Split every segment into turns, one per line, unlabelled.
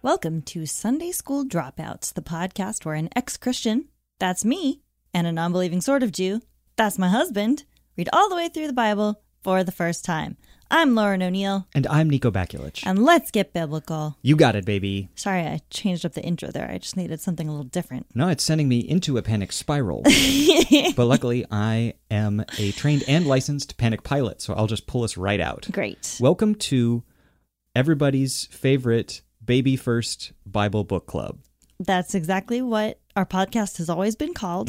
Welcome to Sunday School Dropouts, the podcast where an ex Christian, that's me, and a non believing sort of Jew, that's my husband, read all the way through the Bible for the first time. I'm Lauren O'Neill,
And I'm Nico Bakulich.
and let's get biblical.
you got it, baby.
Sorry, I changed up the intro there. I just needed something a little different.
No, it's sending me into a panic spiral. but luckily, I am a trained and licensed panic pilot, so I'll just pull us right out.
Great.
Welcome to everybody's favorite Baby First Bible Book Club.
That's exactly what our podcast has always been called.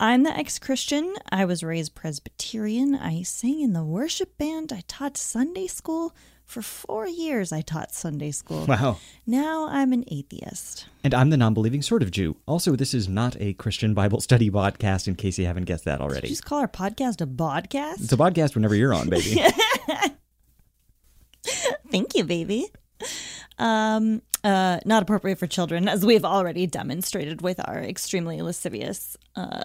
I'm the ex Christian. I was raised Presbyterian. I sang in the worship band. I taught Sunday school. For four years, I taught Sunday school.
Wow.
Now I'm an atheist.
And I'm the non believing sort of Jew. Also, this is not a Christian Bible study podcast, in case you haven't guessed that
Did you
already.
just call our podcast a podcast?
It's a podcast whenever you're on, baby.
Thank you, baby. Um, uh, not appropriate for children, as we've already demonstrated with our extremely lascivious uh,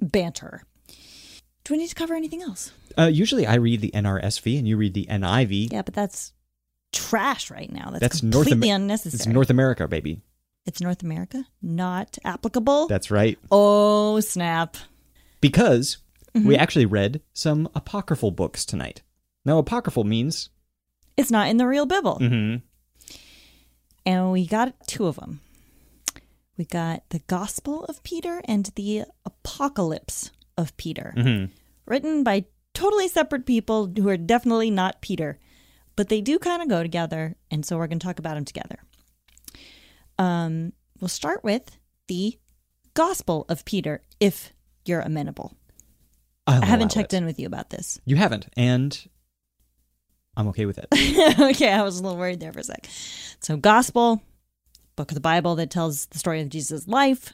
banter. Do we need to cover anything else?
uh, usually, I read the NRSV and you read the NIV.
Yeah, but that's trash right now. That's,
That's North
completely
Amer-
unnecessary.
It's North America, baby.
It's North America, not applicable.
That's right.
oh snap!
because
Mm-hmm.
we actually read some apocryphal books tonight. Now, apocryphal means
It's not in the real Bible,
mm-hmm,
and we got two of them. We got the Gospel of Peter and the Apocalypse of Peter, written by totally separate people who are definitely not Peter, but they do kind of go together, and so we're going to talk about them together. Um, we'll start with the Gospel of Peter, if you're amenable. I haven't checked in with you about this.
You haven't, and I'm okay with it.
okay, I was a little worried there for a sec. So, Gospel, book of the Bible that tells the story of Jesus' life,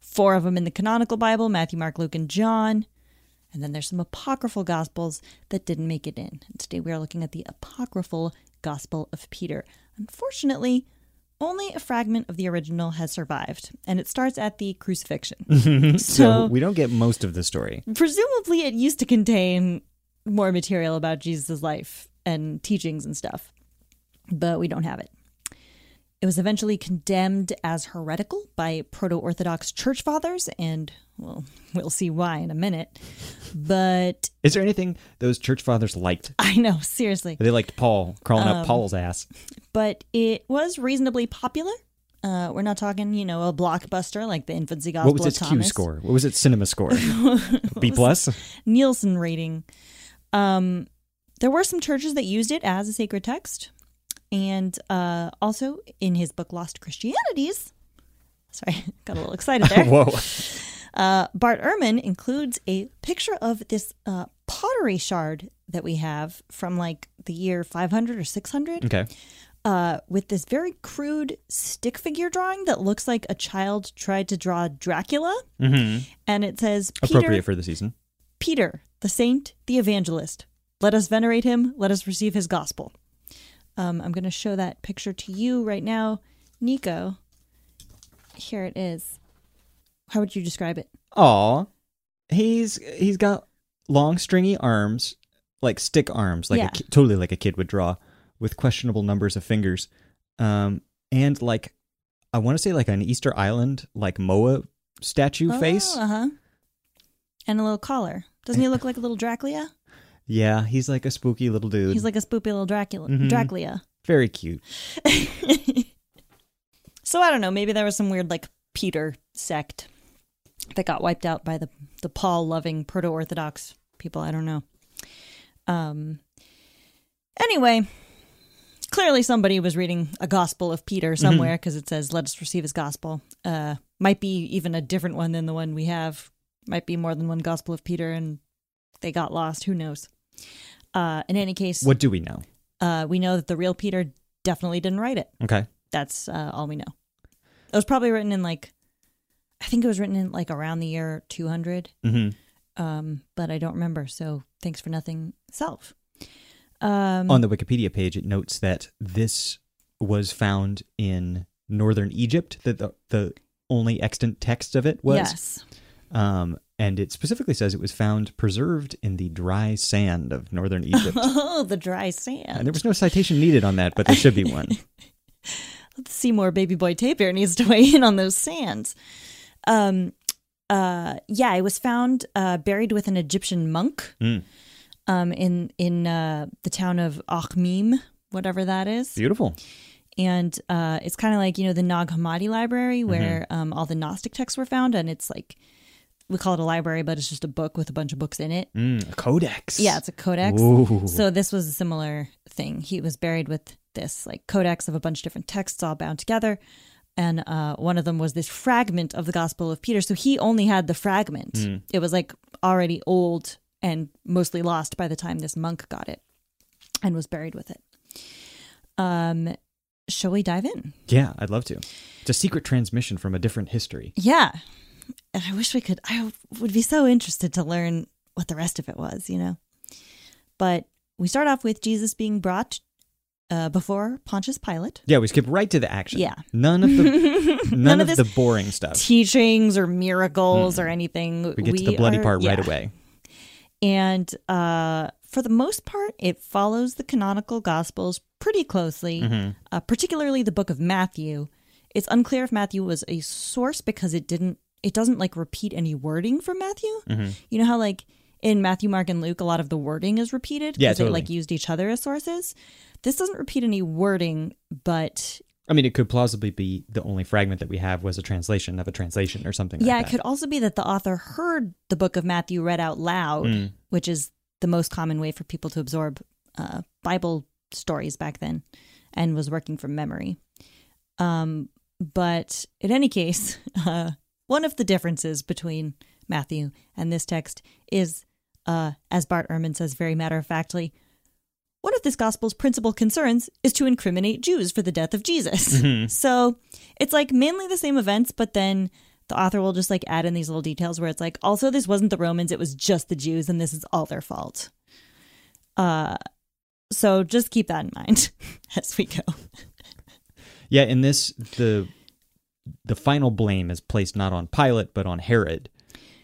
four of them in the canonical Bible Matthew, Mark, Luke, and John. And then there's some apocryphal Gospels that didn't make it in. And today we are looking at the apocryphal Gospel of Peter. Unfortunately, only a fragment of the original has survived, and it starts at the crucifixion.
so we don't get most of the story.
presumably it used to contain more material about Jesus' life and teachings and stuff, but we don't have it. It was eventually condemned as heretical by proto Orthodox church fathers, and well, we'll see why in a minute. But
Is there anything those church fathers liked?
I know, seriously.
They liked Paul crawling
Um,
up Paul's ass.
But it was reasonably popular. Uh, we're not talking, you know, a blockbuster like the Infancy Gospel
What was
of
its Q
Thomas.
score? What was its cinema score? B plus.
Nielsen rating. Um, there were some churches that used it as a sacred text, and uh, also in his book Lost Christianities. Sorry, got a little excited there.
Whoa.
Uh, Bart Ehrman includes a picture of this uh, pottery shard that we have from like the year 500 or 600
Okay.
uh, with this very crude stick figure drawing that looks like a child tried to draw Dracula. And it says, Peter,
Mm-hmm. Appropriate for the season.
Peter, the saint, the evangelist. Let us venerate him. Let us receive his gospel. Um, I'm going to show that picture to you right now, Nico. Here it is. How would you describe it?
Aw. He's he's got long stringy arms, like stick arms, like
Yeah.
a ki- totally like a kid would draw, with questionable numbers of fingers, um, and like I want to say like an Easter Island like Moa statue face.
Uh huh. And a little collar. Doesn't he look like a little Dracula?
Yeah, he's like a spooky little dude.
He's like a spoopy little Dracula.
Mhm.
Dracula.
Very cute.
So I don't know. Maybe there was some weird like Peter sect that got wiped out by the the Paul loving proto Orthodox people. I don't know. Um. Anyway, clearly somebody was reading a Gospel of Peter somewhere because it says, "Let us receive his gospel." Uh, might be even a different one than the one we have. Might be more than one Gospel of Peter, and they got lost. Who knows? Uh, in any case,
What do we know?
uh, we know that the real Peter definitely didn't write it
Okay.
that's uh, all we know. It was probably written in like, I think it was written in like around the year 200,
hmm
um, but I don't remember. So thanks for nothing, self. Um,
On the Wikipedia page, it notes that this was found in northern Egypt, that the, the only extant text of it was.
Yes.
Um, and it specifically says it was found preserved in the dry sand of northern Egypt.
Oh, the dry
and
sand.
there was no citation needed on that, but there should be one.
Let's see more baby boy tapir needs to weigh in on those sands. Um, uh, yeah, it was found uh, buried with an Egyptian monk
Mm.
um, in in uh, the town of Akhmim, whatever that is.
Beautiful.
and uh, it's kind of like you know the Nag Hammadi Library where um, all the Gnostic texts were found, and it's like we call it a library, but it's just a book with a bunch of books in it.
Mm, a codex.
Yeah, it's a codex.
Ooh.
So this was a similar thing. He was buried with this like codex of a bunch of different texts all bound together, and uh, one of them was this fragment of the Gospel of Peter. So he only had the fragment. It was like already old and mostly lost by the time this monk got it and was buried with it. Um, shall we dive in?
Yeah, I'd love to. It's a secret transmission from a different history.
Yeah. And I wish we could, I would be so interested to learn what the rest of it was, you know? But we start off with Jesus being brought uh, before Pontius Pilate.
Yeah, we skip right to the action.
Yeah.
None of the none,
None
of,
of
the
this-
boring stuff.
Teachings or miracles or anything.
Mm-hmm. We get to the bloody
are-
part right
yeah.
away.
And uh, for the most part, it follows the canonical gospels pretty closely,
Mm-hmm.
uh, particularly the book of Matthew. It's unclear if Matthew was a source because it didn't. It doesn't like repeat any wording from Matthew.
Mm-hmm.
You know how like in Matthew, Mark, and Luke, a lot of the wording is repeated
Yeah,
they
totally.
like used each other as sources. This doesn't repeat any wording, but
I mean, it could plausibly be the only fragment that we have was a translation of a translation or something
Yeah,
like
it
that.
could also be that the author heard the book of Matthew read out loud,
Hmm.
which is the most common way for people to absorb uh, Bible stories back then and was working from memory. Um, but in any case, uh, one of the differences between Matthew and this text is, uh, as Bart Ehrman says very matter of factly, one of this gospel's principal concerns is to incriminate Jews for the death of Jesus. So it's like mainly the same events, but then the author will just like add in these little details where it's like, also, this wasn't the Romans, it was just the Jews, and this is all their fault. Uh, so just keep that in mind as we go.
Yeah, in this the the final blame is placed not on Pilate but on Herod,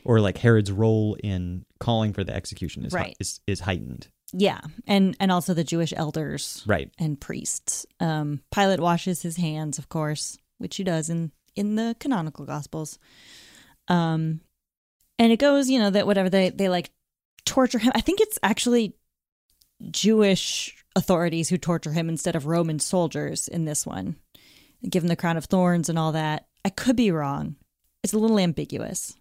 or like Herod's role in calling for the execution is
Right.
is, is heightened.
Yeah, and and also the Jewish elders
Right.
and priests. Um, Pilate washes his hands, of course, which he does in in the canonical gospels. Um, and it goes, you know, that whatever they they like torture him. I think it's actually Jewish authorities who torture him instead of Roman soldiers in this one. They give him the crown of thorns and all that. I could be wrong. It's a little ambiguous.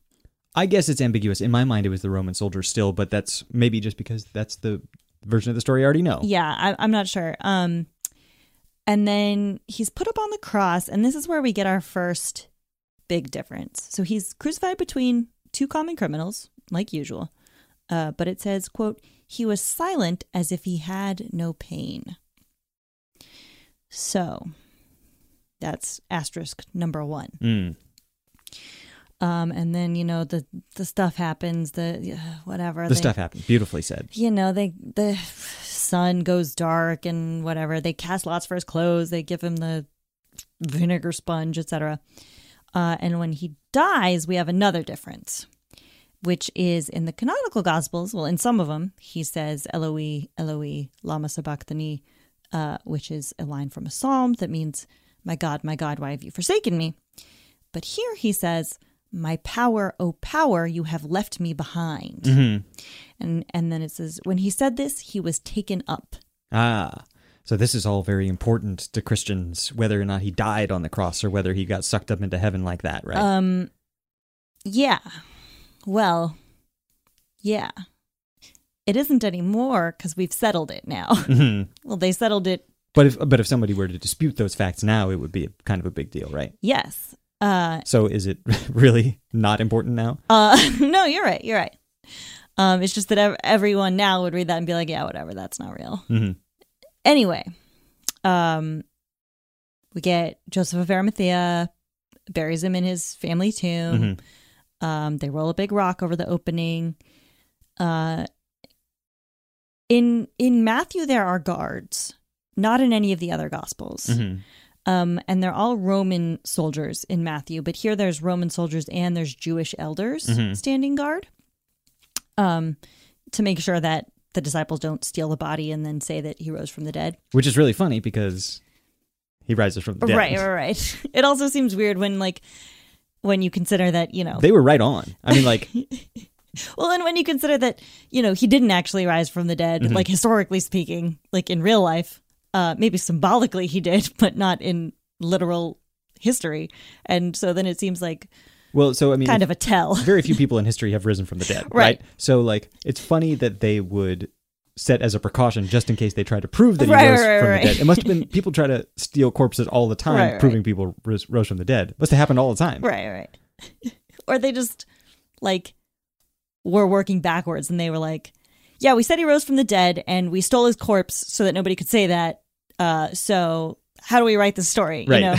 I guess it's ambiguous. In my mind, it was the Roman soldiers still, but that's maybe just because that's the version of the story I already know.
Yeah, I, I'm not sure. Um, and then he's put up on the cross, and this is where we get our first big difference. So he's crucified between two common criminals, like usual. Uh, but it says, "quote He was silent as if he had no pain." So that's asterisk number one.
Mm.
Um, and then you know the the stuff happens. The uh, whatever
The
they-
stuff happened. Beautifully said.
you know they the sun goes dark and whatever they cast lots for his clothes they give him the vinegar sponge etc uh, and when he dies we have another difference which is in the canonical gospels well in some of them he says eloi eloi lama sabachthani uh, which is a line from a psalm that means my god my god why have you forsaken me but here he says my power o power you have left me behind and and then it says when he said this he was taken up
Ah. So this is all very important to Christians, whether or not he died on the cross or whether he got sucked up into heaven like that, right?
Um, yeah. Well, yeah. It isn't anymore because we've settled it now.
Mhm.
well, they settled it.
But if but if somebody were to dispute those facts now, it would be a, kind of a big deal, right?
Yes. Uh,
So is it really not important now?
uh, no, you're right. You're right. Um, it's just that ev- everyone now would read that and be like, yeah, whatever. That's not real.
Mhm.
Anyway, um, we get Joseph of Arimathea buries him in his family tomb.
Mhm.
Um, they roll a big rock over the opening. Uh, in in Matthew, there are guards, not in any of the other gospels,
Mhm.
um, and they're all Roman soldiers in Matthew. But here, there's Roman soldiers and there's Jewish elders standing guard, um, to make sure that the disciples don't steal the body and then say that he rose from the dead.
Which is really funny because he rises from the dead.
Right, right, right. It also seems weird when like when you consider that you know
They were right on. I mean, like,
Well, and when you consider that, you know, he didn't actually rise from the dead,
Mm-hmm.
like historically speaking, like in real life, uh, maybe symbolically he did, but not in literal history. And so then it seems like
well, so I mean,
kind of a tell.
very few people in history have risen from the dead,
Right.
right? So like, it's funny that they would set as a precaution just in case they try to prove that he
Right,
rose
right,
from
right.
the dead. It must have been people try to steal corpses all the time,
Right, right.
proving people rose, rose from the dead. Must have happened all the time.
Right, right. or they just like were working backwards and they were like, yeah, we said he rose from the dead and we stole his corpse so that nobody could say that. Uh, so how do we write this story? You know?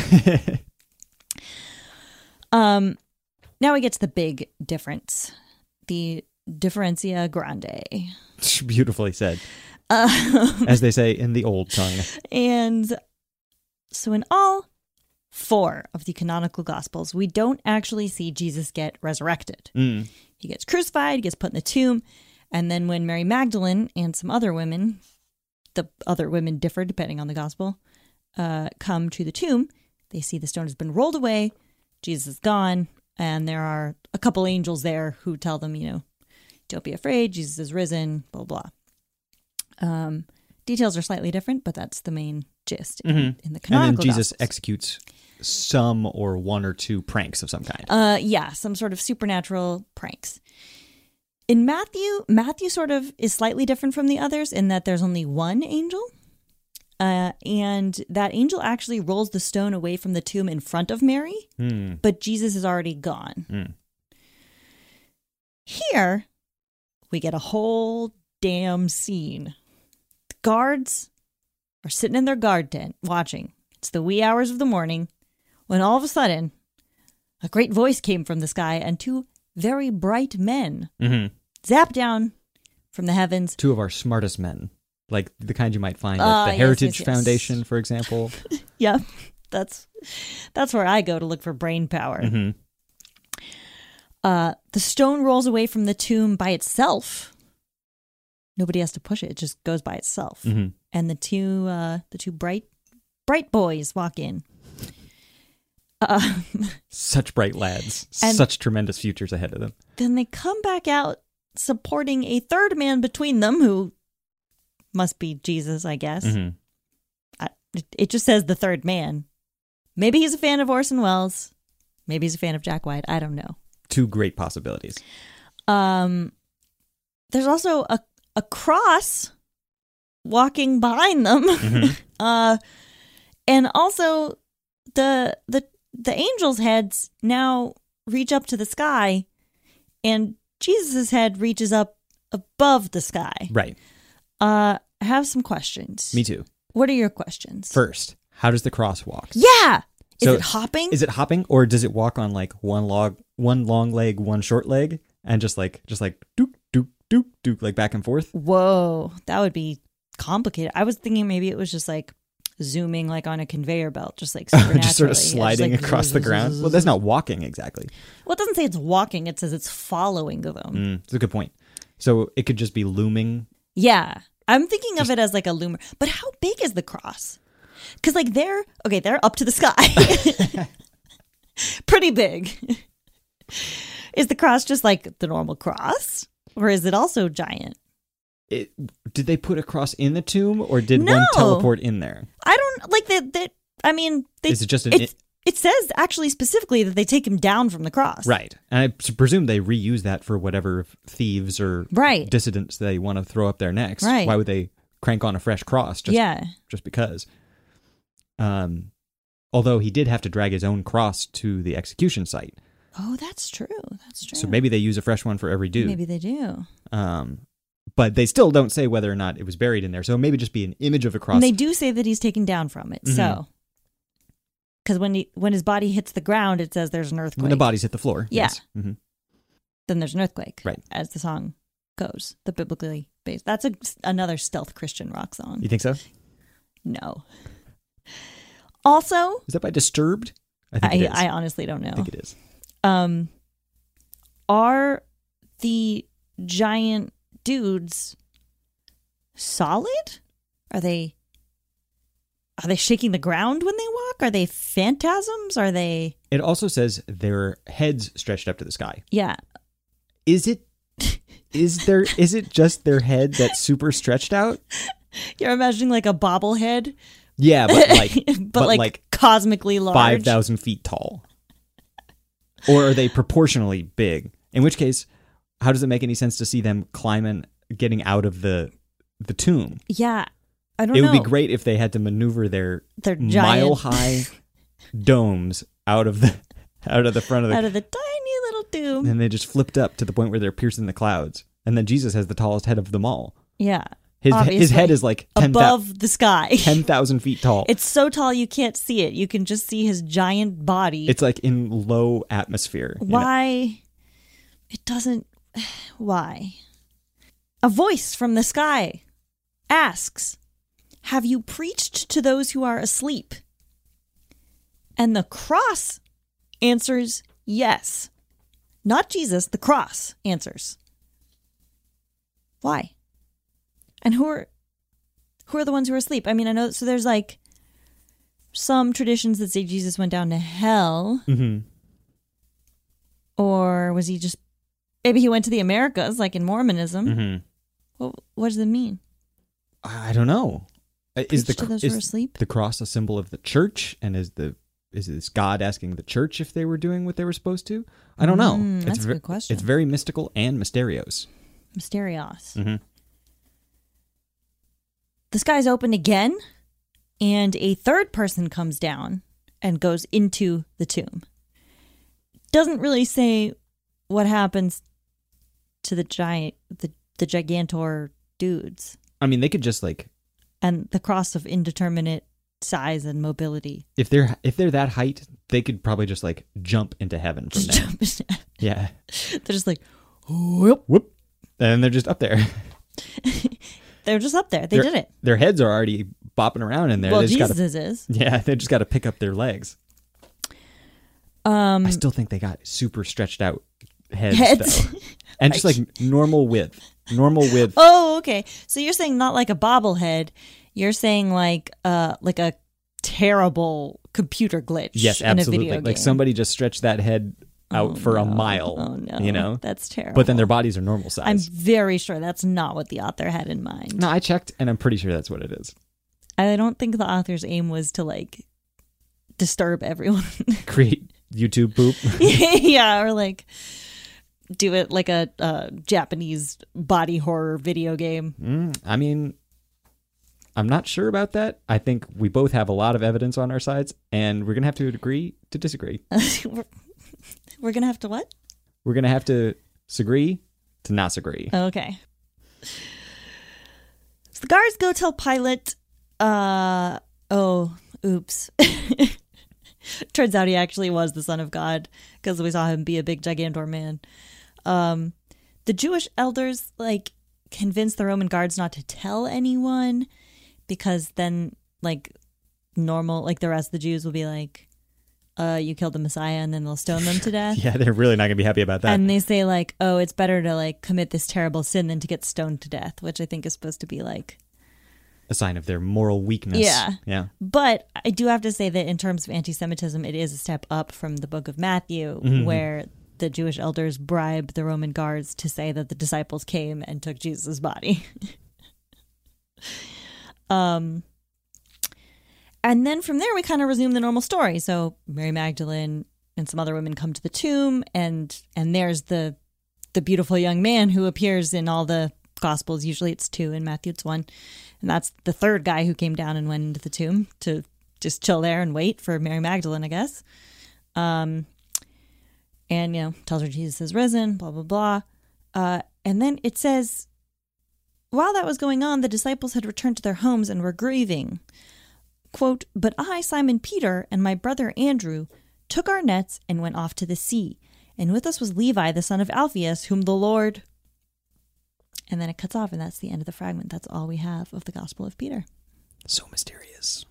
Um, now we get to the big difference, the differencia grande.
Beautifully said,
Um,
as they say in the old tongue.
and so, in all four of the canonical gospels, we don't actually see Jesus get resurrected.
Mm.
He gets crucified, gets put in the tomb, and then when Mary Magdalene and some other women, the other women differ depending on the gospel, uh, come to the tomb, they see the stone has been rolled away, Jesus is gone, and there are a couple angels there who tell them, you know, don't be afraid, Jesus is risen, blah blah. Um, details are slightly different, but that's the main gist in, in the
Mm-hmm. And then
canonical.
Jesus
Gospels.
executes some or one or two pranks of some kind.
Uh, yeah, some sort of supernatural pranks. In Matthew, Matthew sort of is slightly different from the others in that there's only one angel. Uh, and that angel actually rolls the stone away from the tomb in front of Mary,
Mm.
but Jesus is already gone.
Mm.
Here, we get a whole damn scene. The guards are sitting in their guard tent watching. It's the wee hours of the morning when all of a sudden a great voice came from the sky and two very bright men
Mhm.
zapped down from the heavens.
Two of our smartest men, like the kind you might find at
Ah,
the
yes, yes,
Heritage
yes.
Foundation, for example.
Yep. That's that's where I go to look for brain power.
Mhm.
Uh, the stone rolls away from the tomb by itself. Nobody has to push it; it just goes by itself.
Mhm.
And the two, uh, the two bright, bright boys walk in. Uh,
Such bright lads,
And-
such tremendous futures ahead of them.
then they come back out, supporting a third man between them, who must be Jesus, I guess.
Mhm.
I, it- it just says the third man. Maybe he's a fan of Orson Welles. Maybe he's a fan of Jack White. I don't know.
Two great possibilities.
Um, there's also a a cross walking behind them,
Mm-hmm.
uh, and also the the the angels' heads now reach up to the sky, and Jesus' head reaches up above the sky.
Right.
Uh, I have some questions.
Me too.
What are your questions?
First, how does the cross walk?
yeah, is
So-
it hopping?
Is it hopping or does it walk on like one log, one long leg, one short leg, and just like just like dook dook dook dook like back and forth?
Whoa, that would be complicated. I was thinking maybe it was just like zooming like on a conveyor belt, just like supernaturally.
just sort of
Yeah, just,
sliding
like,
across the ground. Well, that's not walking exactly.
Well, it doesn't say it's walking. It says it's following them.
Mm, that's a good point. So it could just be looming.
Yeah, I'm thinking of it as like a loomer. But how big is the cross? Because like they're okay, they're up to the sky. Pretty big. is the cross just like the normal cross, or is it also giant?
it, did they put a cross in the tomb or did one
No.
teleport in there?
I don't like that. That I mean, they,
Is it just an
it's- it says actually specifically that they take him down from the cross.
Right. And I s- presume they reuse that for whatever thieves or
Right.
dissidents they want to throw up there next.
Right.
Why would they crank on a fresh cross just,
yeah.
just because? Um, although he did have to drag his own cross to the execution site.
Oh, that's true. That's true.
So maybe they use a fresh one for every dude.
Mm. Maybe they do.
Um, but they still don't say whether or not it was buried in there. So maybe just be an image of a cross.
And
Mm-hmm.
they do say that he's taken down from it. So, because when he when his body hits the ground, it says there's an earthquake.
when the bodies hit the floor.
Yeah.
Yes. hmm
then there's an earthquake.
Right.
As the song goes, the biblically based. That's a, another stealth Christian rock song.
You think so?
No. Also,
Is that by Disturbed? I think it
I,
is.
I honestly don't know.
I think it is.
um are the giant dudes solid are they are they shaking the ground when they walk are they phantasms are they
It also says their heads stretched up to the sky.
yeah
Is it? Is there? Is it just their head that's super stretched out?
you're imagining like a bobblehead
Yeah, but like,
but, like, cosmically large
five thousand feet tall. Or are they proportionally big? In which case, how does it make any sense to see them climbing, getting out of the the tomb?
yeah i don't
It
know
would be great if they had to maneuver their
they're
mile
giant
high domes out of the out of the front of the
out of the tiny little doom
and they just flipped up to the point where they're piercing the clouds. And then Jesus has the tallest head of them all.
yeah
His his
Obviously.
head is like 10,000
above the sky
10,000 feet tall. It's,
it's so tall you can't see it you can just see his giant body
like in low atmosphere. you know?
why it doesn't why a voice from the sky asks have you preached to those who are asleep and the cross answers yes not jesus the cross answers why and who are who are the ones who are asleep i mean i know so there's like some traditions that say jesus went down to hell
Mhm.
or was he just maybe he went to the americas like in mormonism
Mm-hmm.
what, what does it mean
I don't know. Uh, Is the,
Preach to those who are
is
asleep?
the cross a symbol of the church? And is the is this God asking the church if they were doing what they were supposed to? I don't know.
Mm,
it's
that's a
ver-
good question.
It's very mystical and mysterious.
mysterios
Mhm.
the skies open again and a third person comes down and goes into the tomb doesn't really say what happens to the giant the, the gigantor dudes
I mean, they could just like
and the cross of indeterminate size and mobility
if they're if they're that height, they could probably just like jump into heaven from
just
there.
jump in.
yeah.
they're just like whoop
Whoop. And they're just up there.
they're just up there they
Their-
did it
Their heads are already bopping around in there.
well
they just
jesus
gotta,
is
yeah, they just got to pick up their legs.
um
I still think they got super stretched out heads,
Heads.
though. and just like normal width, normal width.
Oh, okay. So you're saying not like a bobblehead. You're saying like uh like a terrible computer glitch.
yes,
In
absolutely.
a video
Like
game.
somebody just stretched that head out
Oh,
for a
no.
mile.
Oh no.
you know.
That's terrible.
But then their bodies are normal
I'm
size.
very sure that's not what the author had in mind.
No, I checked, and I'm pretty sure that's what it is.
I don't think the author's aim was to like disturb everyone.
Create YouTube poop.
yeah, or like do it like a uh, Japanese body horror video game.
Mm, I mean, I'm not sure about that. I think we both have a lot of evidence on our sides, and we're gonna have to agree to disagree.
we're, we're gonna have to what?
We're gonna have to agree to not agree.
Okay. So the guards go tell Pilate, uh, oh, oops. Turns out he actually was the son of God because we saw him be a big gigantor man. Um, the Jewish elders, like, convince the Roman guards not to tell anyone because then, like, normal, like, the rest of the Jews will be like, uh, you killed the Messiah and then they'll stone them to death.
Yeah, they're really not gonna be happy about that.
Uh, And they say like, oh, it's better to like commit this terrible sin than to get stoned to death, which I think is supposed to be like.
a sign of their moral weakness.
Yeah.
Yeah.
But I do have to say that in terms of anti-Semitism, it is a step up from the Book of Matthew, where the Jewish elders bribe the Roman guards to say that the disciples came and took Jesus' body. um, and then from there, we kind of resume the normal story. So Mary Magdalene and some other women come to the tomb, and and there's the the beautiful young man who appears in all the gospels. Usually, it's two in Matthew, it's one, and that's the third guy who came down and went into the tomb to just chill there and wait for Mary Magdalene, I guess. Um, and you know tells her Jesus is risen, blah blah blah. Uh, and then it says, while that was going on, the disciples had returned to their homes and were grieving. Quote, but I, Simon Peter, and my brother Andrew took our nets and went off to the sea. And with us was Levi, the son of Alphaeus, whom the Lord. And then it cuts off, and that's the end of the fragment. That's all we have of the Gospel of Peter.
So mysterious.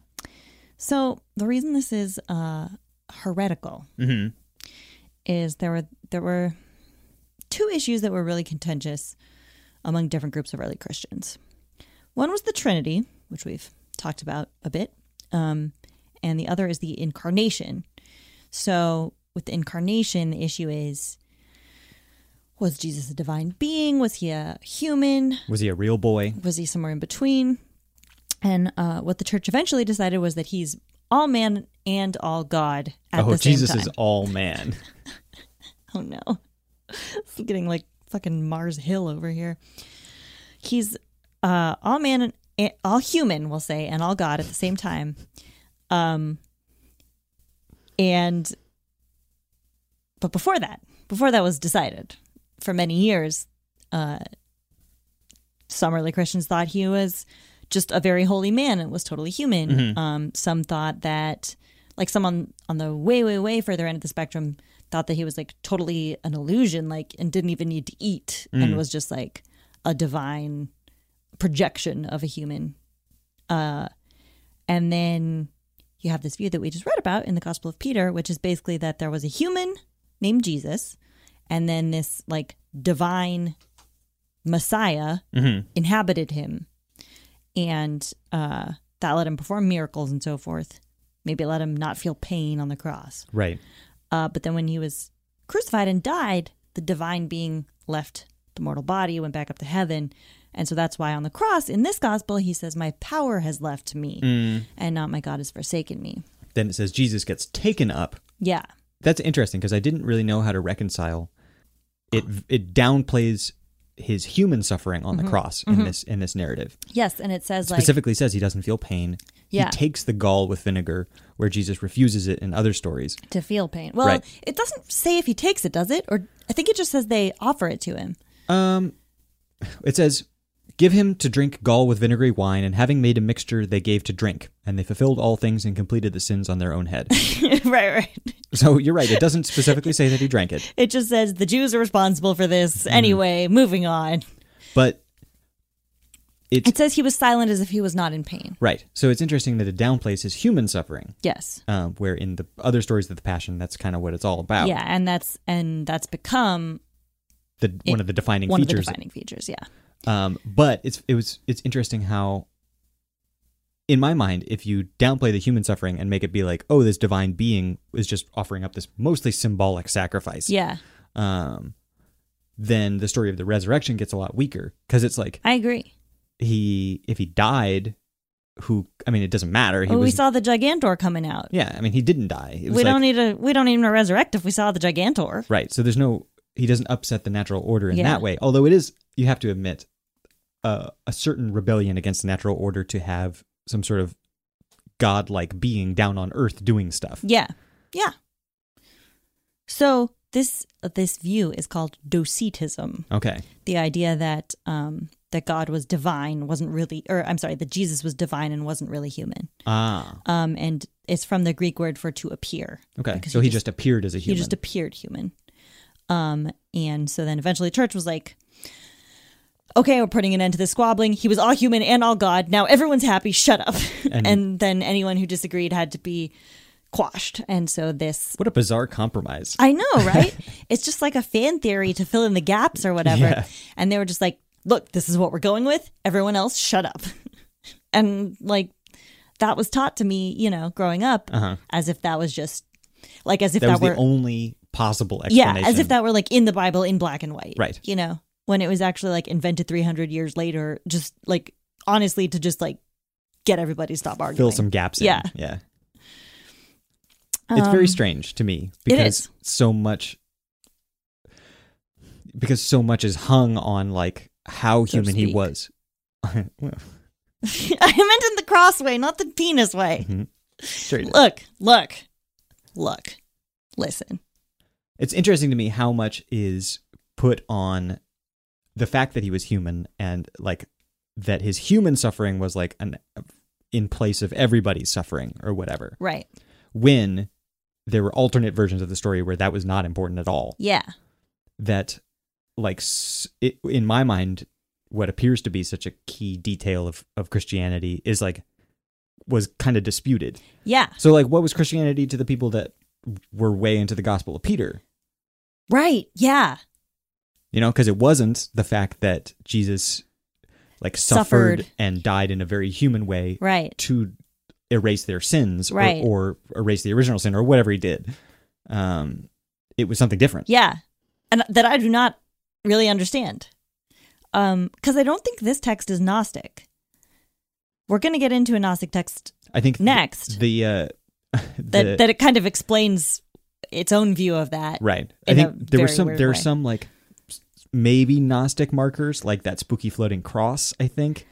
So the reason this is uh, heretical
Mm-hmm.
is there were there were two issues that were really contentious among different groups of early Christians. One was the Trinity, which we've talked about a bit, um, and the other is the incarnation. So, with the incarnation, the issue is: was Jesus a divine being? Was he a human?
Was he a real boy?
was he somewhere in between? And uh, what the church eventually decided was that he's all man and all God at
oh,
the same
Jesus
time.
is all man.
Oh no. It's getting like fucking Mars Hill over here. He's uh, all man, and all human, we'll say, and all God at the same time. Um, and, but before that, before that was decided, for many years, uh, some early Christians thought he was just a very holy man and was totally human. Um, some thought that, like some on, on the way, way, way further end of the spectrum, thought that he was like totally an illusion, like, and didn't even need to eat and was just like a divine projection of a human. Uh, and then you have this view that we just read about in the Gospel of Peter, which is basically that there was a human named Jesus and then this like divine Messiah inhabited him, and uh, that let him perform miracles and so forth. Maybe it let him not feel pain on the cross.
Right.
Uh, but then when he was crucified and died, the divine being left the mortal body, went back up to heaven. And so that's why on the cross, in this gospel, he says, My power has left me, and not my God has forsaken me.
Then it says Jesus gets taken up.
Yeah.
That's interesting because I didn't really know how to reconcile. It it downplays his human suffering on the cross in this in this narrative.
Yes. And it says, Mm-hmm. like,
Specifically says he doesn't feel pain.
Yeah.
He takes the gall with vinegar where Jesus refuses it in other stories.
to feel pain. Well,
Right.
it doesn't say if he takes it, does it? Or I think it just says they offer it to him.
Um, it says, "Give him to drink gall with vinegary wine, and having made a mixture, they gave to drink, and they fulfilled all things and completed the sins on their own head."
right, right.
so you're right; it doesn't specifically say that he drank it,
It just says the Jews are responsible for this. Anyway, moving on.
but it's
It says he was silent as if he was not in pain.
right. So it's interesting that it downplays his human suffering,
Yes.
um, where in the other stories of the Passion, that's kind of what it's all about.
Yeah, and that's and that's become
the, one of the defining
one of
features
the defining features. Yeah.
Um, but it's it was it's interesting how, in my mind, if you downplay the human suffering and make it be like, oh, this divine being is just offering up this mostly symbolic sacrifice,
Yeah.
um, then the story of the resurrection gets a lot weaker because it's like
I agree.
he if he died, who I mean, it doesn't matter. He
Well, we
was
saw the Gigantor coming out.
yeah, I mean, he didn't die. It
We
was like,
don't need to we don't need him to resurrect if we saw the Gigantor.
right. So there's no he doesn't upset the natural order in
Yeah.
that way. Although it is you have to admit uh, a certain rebellion against the natural order to have some sort of godlike being down on earth doing stuff.
Yeah. Yeah. So this this view is called docetism.
Okay.
the idea that um, that God was divine wasn't really, or I'm sorry, that Jesus was divine and wasn't really human.
Ah.
Um, and it's from the Greek word for to appear.
Okay.
Because
so
he
he just, appeared as a
He
human.
just appeared human. Um, and so then eventually, the church was like, "Okay, we're putting an end to this squabbling. He was all human and all God. Now everyone's happy. Shut up."
And-
And, then anyone who disagreed had to be quashed. And so this.
what a bizarre compromise.
I know, right? it's just like a fan theory to fill in the gaps or whatever.
Yeah.
And they were just like, look, this is what we're going with. Everyone else, shut up. and like, that was taught to me, you know, growing up, as if that was just like, as if
Uh-huh. That
that,
was
were
the only possible
Yeah,
explanation.
as if that were like in the Bible in black and white.
Right.
You know, when it was actually like invented 300 years later, just like honestly to just like get everybody to stop arguing.
fill some gaps
Yeah.
in. Yeah. It's very
Um,
strange to me
it
because
is.
so much because so much is hung on like
So
how
to
human he
speak.
was. Well,
I meant in the cross way, not the penis way.
mhm. Sure it is.
Look, look, look, listen.
It's interesting to me how much is put on the fact that he was human and like that his human suffering was like an in place of everybody's suffering or whatever.
Right.
When there were alternate versions of the story where that was not important at all.
Yeah.
that like s- it, in my mind what appears to be such a key detail of, of christianity is like was kind of disputed
Yeah.
so like what was christianity to the people that were way into the gospel of peter
Right. Yeah.
you know because it wasn't the fact that jesus like suffered,
Suffered.
and died in a very human way
Right.
to erase their sins or-
Right.
or, erase the original sin or whatever he did um it was something different
Yeah. And that I do not really understand. Um, because I don't think this text is Gnostic. We're gonna get into a Gnostic text
i think th-
Next.
the uh
that
the-
that it kind of explains its own view of that.
Right. I
in
think
a
there were
very
some
weird
there were
way.
some like s- maybe Gnostic markers, like that spooky floating cross, I think.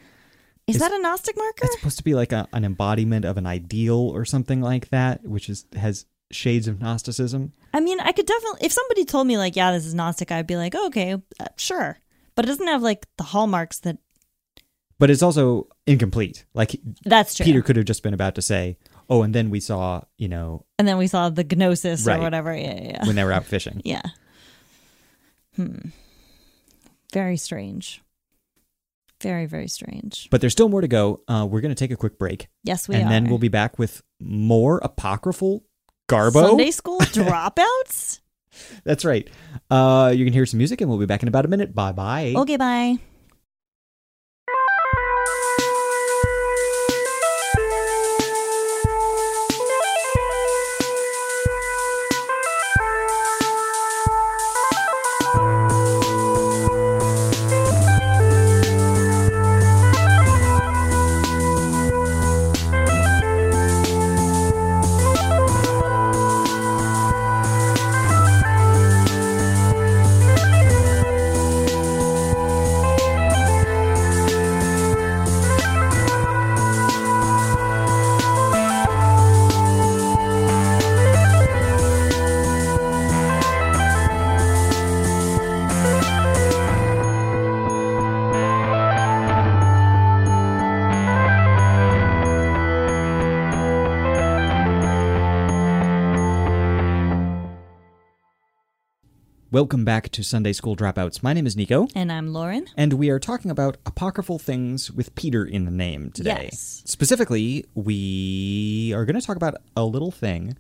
Is
Is-
that a Gnostic marker?
That's supposed to be like a, an embodiment of an ideal or something like that, which is has shades of Gnosticism.
I mean, I could definitely if somebody told me like, yeah, this is Gnostic, I'd be like, okay, uh, sure. But it doesn't have like the hallmarks that
But it's also incomplete. Like
that's true.
Peter could have just been about to say, Oh, and then we saw, you know,
and then we saw the gnosis
Right.
or whatever. Yeah, yeah, yeah.
when they were out fishing.
yeah. Hmm. Very strange. Very, very strange.
But there's still more to go. Uh, we're gonna take a quick break.
Yes, we
and
are.
then we'll be back with more apocryphal garbo.
Sunday school dropouts.
That's right. Uh, you can hear some music and we'll be back in about a minute. Bye bye.
Okay, bye.
Welcome back to Sunday School Dropouts. My name is Nico,
And I'm Lauren.
and we are talking about apocryphal things with Peter in the name today.
Yes.
Specifically, we are going to talk about a little thing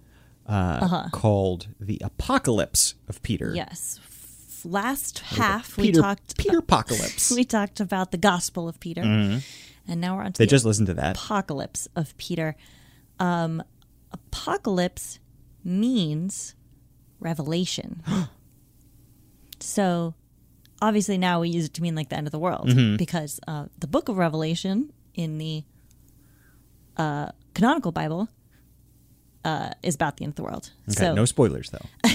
uh,
Uh-huh.
called the Apocalypse of Peter.
Yes. F- Last half we
Peter,
talked
Peter Apocalypse.
we talked about the Gospel of Peter, and now we're on to
they
the
just listened to that.
Apocalypse of Peter. Um, apocalypse means revelation. so, obviously, now we use it to mean like the end of the world
Mm-hmm.
because uh, the book of Revelation in the uh, canonical Bible uh, is about the end of the world.
Okay,
so,
no spoilers though.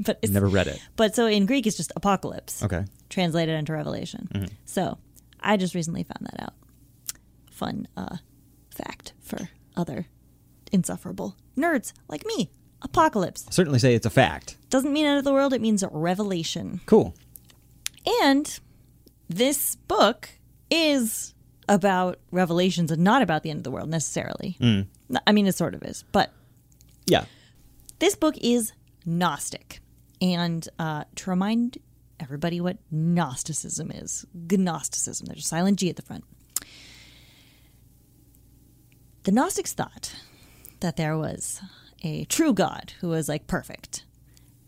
but it's,
Never read it.
but so in Greek, it's just apocalypse
Okay.
translated into Revelation. So I just recently found that out. Fun uh, fact for other insufferable nerds like me. Apocalypse
Certainly say it's a fact.
doesn't mean end of the world, it means revelation.
Cool.
And this book is about revelations and not about the end of the world necessarily. N- I mean, it sort of is, but
Yeah.
this book is Gnostic. And uh, to remind everybody what Gnosticism is Gnosticism, there's a silent G at the front. The Gnostics thought that there was a true God who was like perfect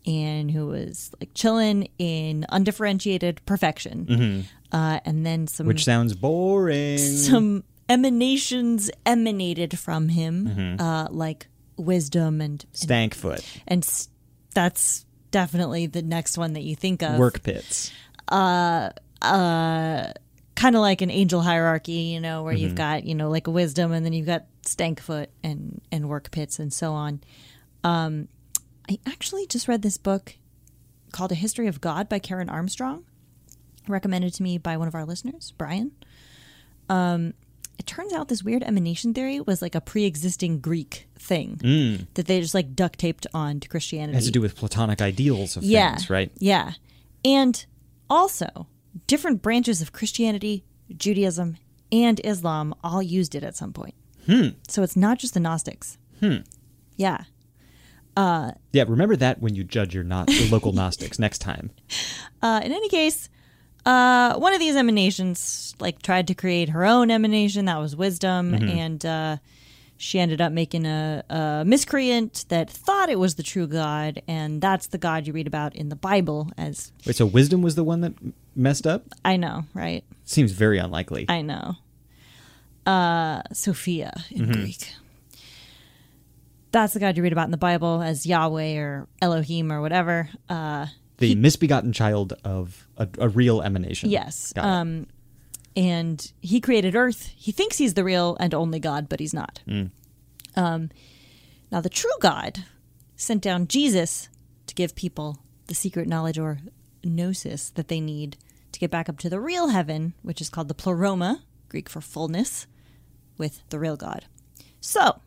and who was like chilling in undifferentiated perfection. Uh, and then some
Which sounds boring.
some emanations emanated from him, uh, like wisdom and
Stankfoot.
and s- that's definitely the next one that you think of.
Work pits.
Kind of like an angel hierarchy, you know, where you've
Mm-hmm.
got, you know, like wisdom and then you've got Stankfoot and, and work pits and so on. Um, I actually just read this book called A History of God by Karen Armstrong, recommended to me by one of our listeners, Brian. Um, it turns out this weird emanation theory was like a pre existing Greek thing that they just like duct taped on to Christianity.
Mm. Has to do with platonic ideals of
Yeah.
things, right?
Yeah. And also, different branches of Christianity, Judaism, and Islam all used it at some point.
Hmm.
So it's not just the Gnostics. Yeah.
Yeah, remember that when you judge your not your local Gnostics next time.
Uh, in any case, uh, one of these emanations like tried to create her own emanation that was wisdom,
Mm-hmm.
and uh, she ended up making a, a miscreant that thought it was the true God, and that's the God you read about in the Bible. As
Wait, so wisdom was the one that m- messed up?
I know, right?
Seems very unlikely.
I know. Uh, Sophia in Greek. That's the God you read about in the Bible as Yahweh or Elohim or whatever. Uh,
the misbegotten child of a, a real emanation.
yes.
Got it.
Um, and he created Earth. He thinks he's the real and only God, but he's not. Um, now, the true God sent down Jesus to give people the secret knowledge or gnosis that they need to get back up to the real heaven, which is called the pleroma, Greek for fullness, with the real God. So,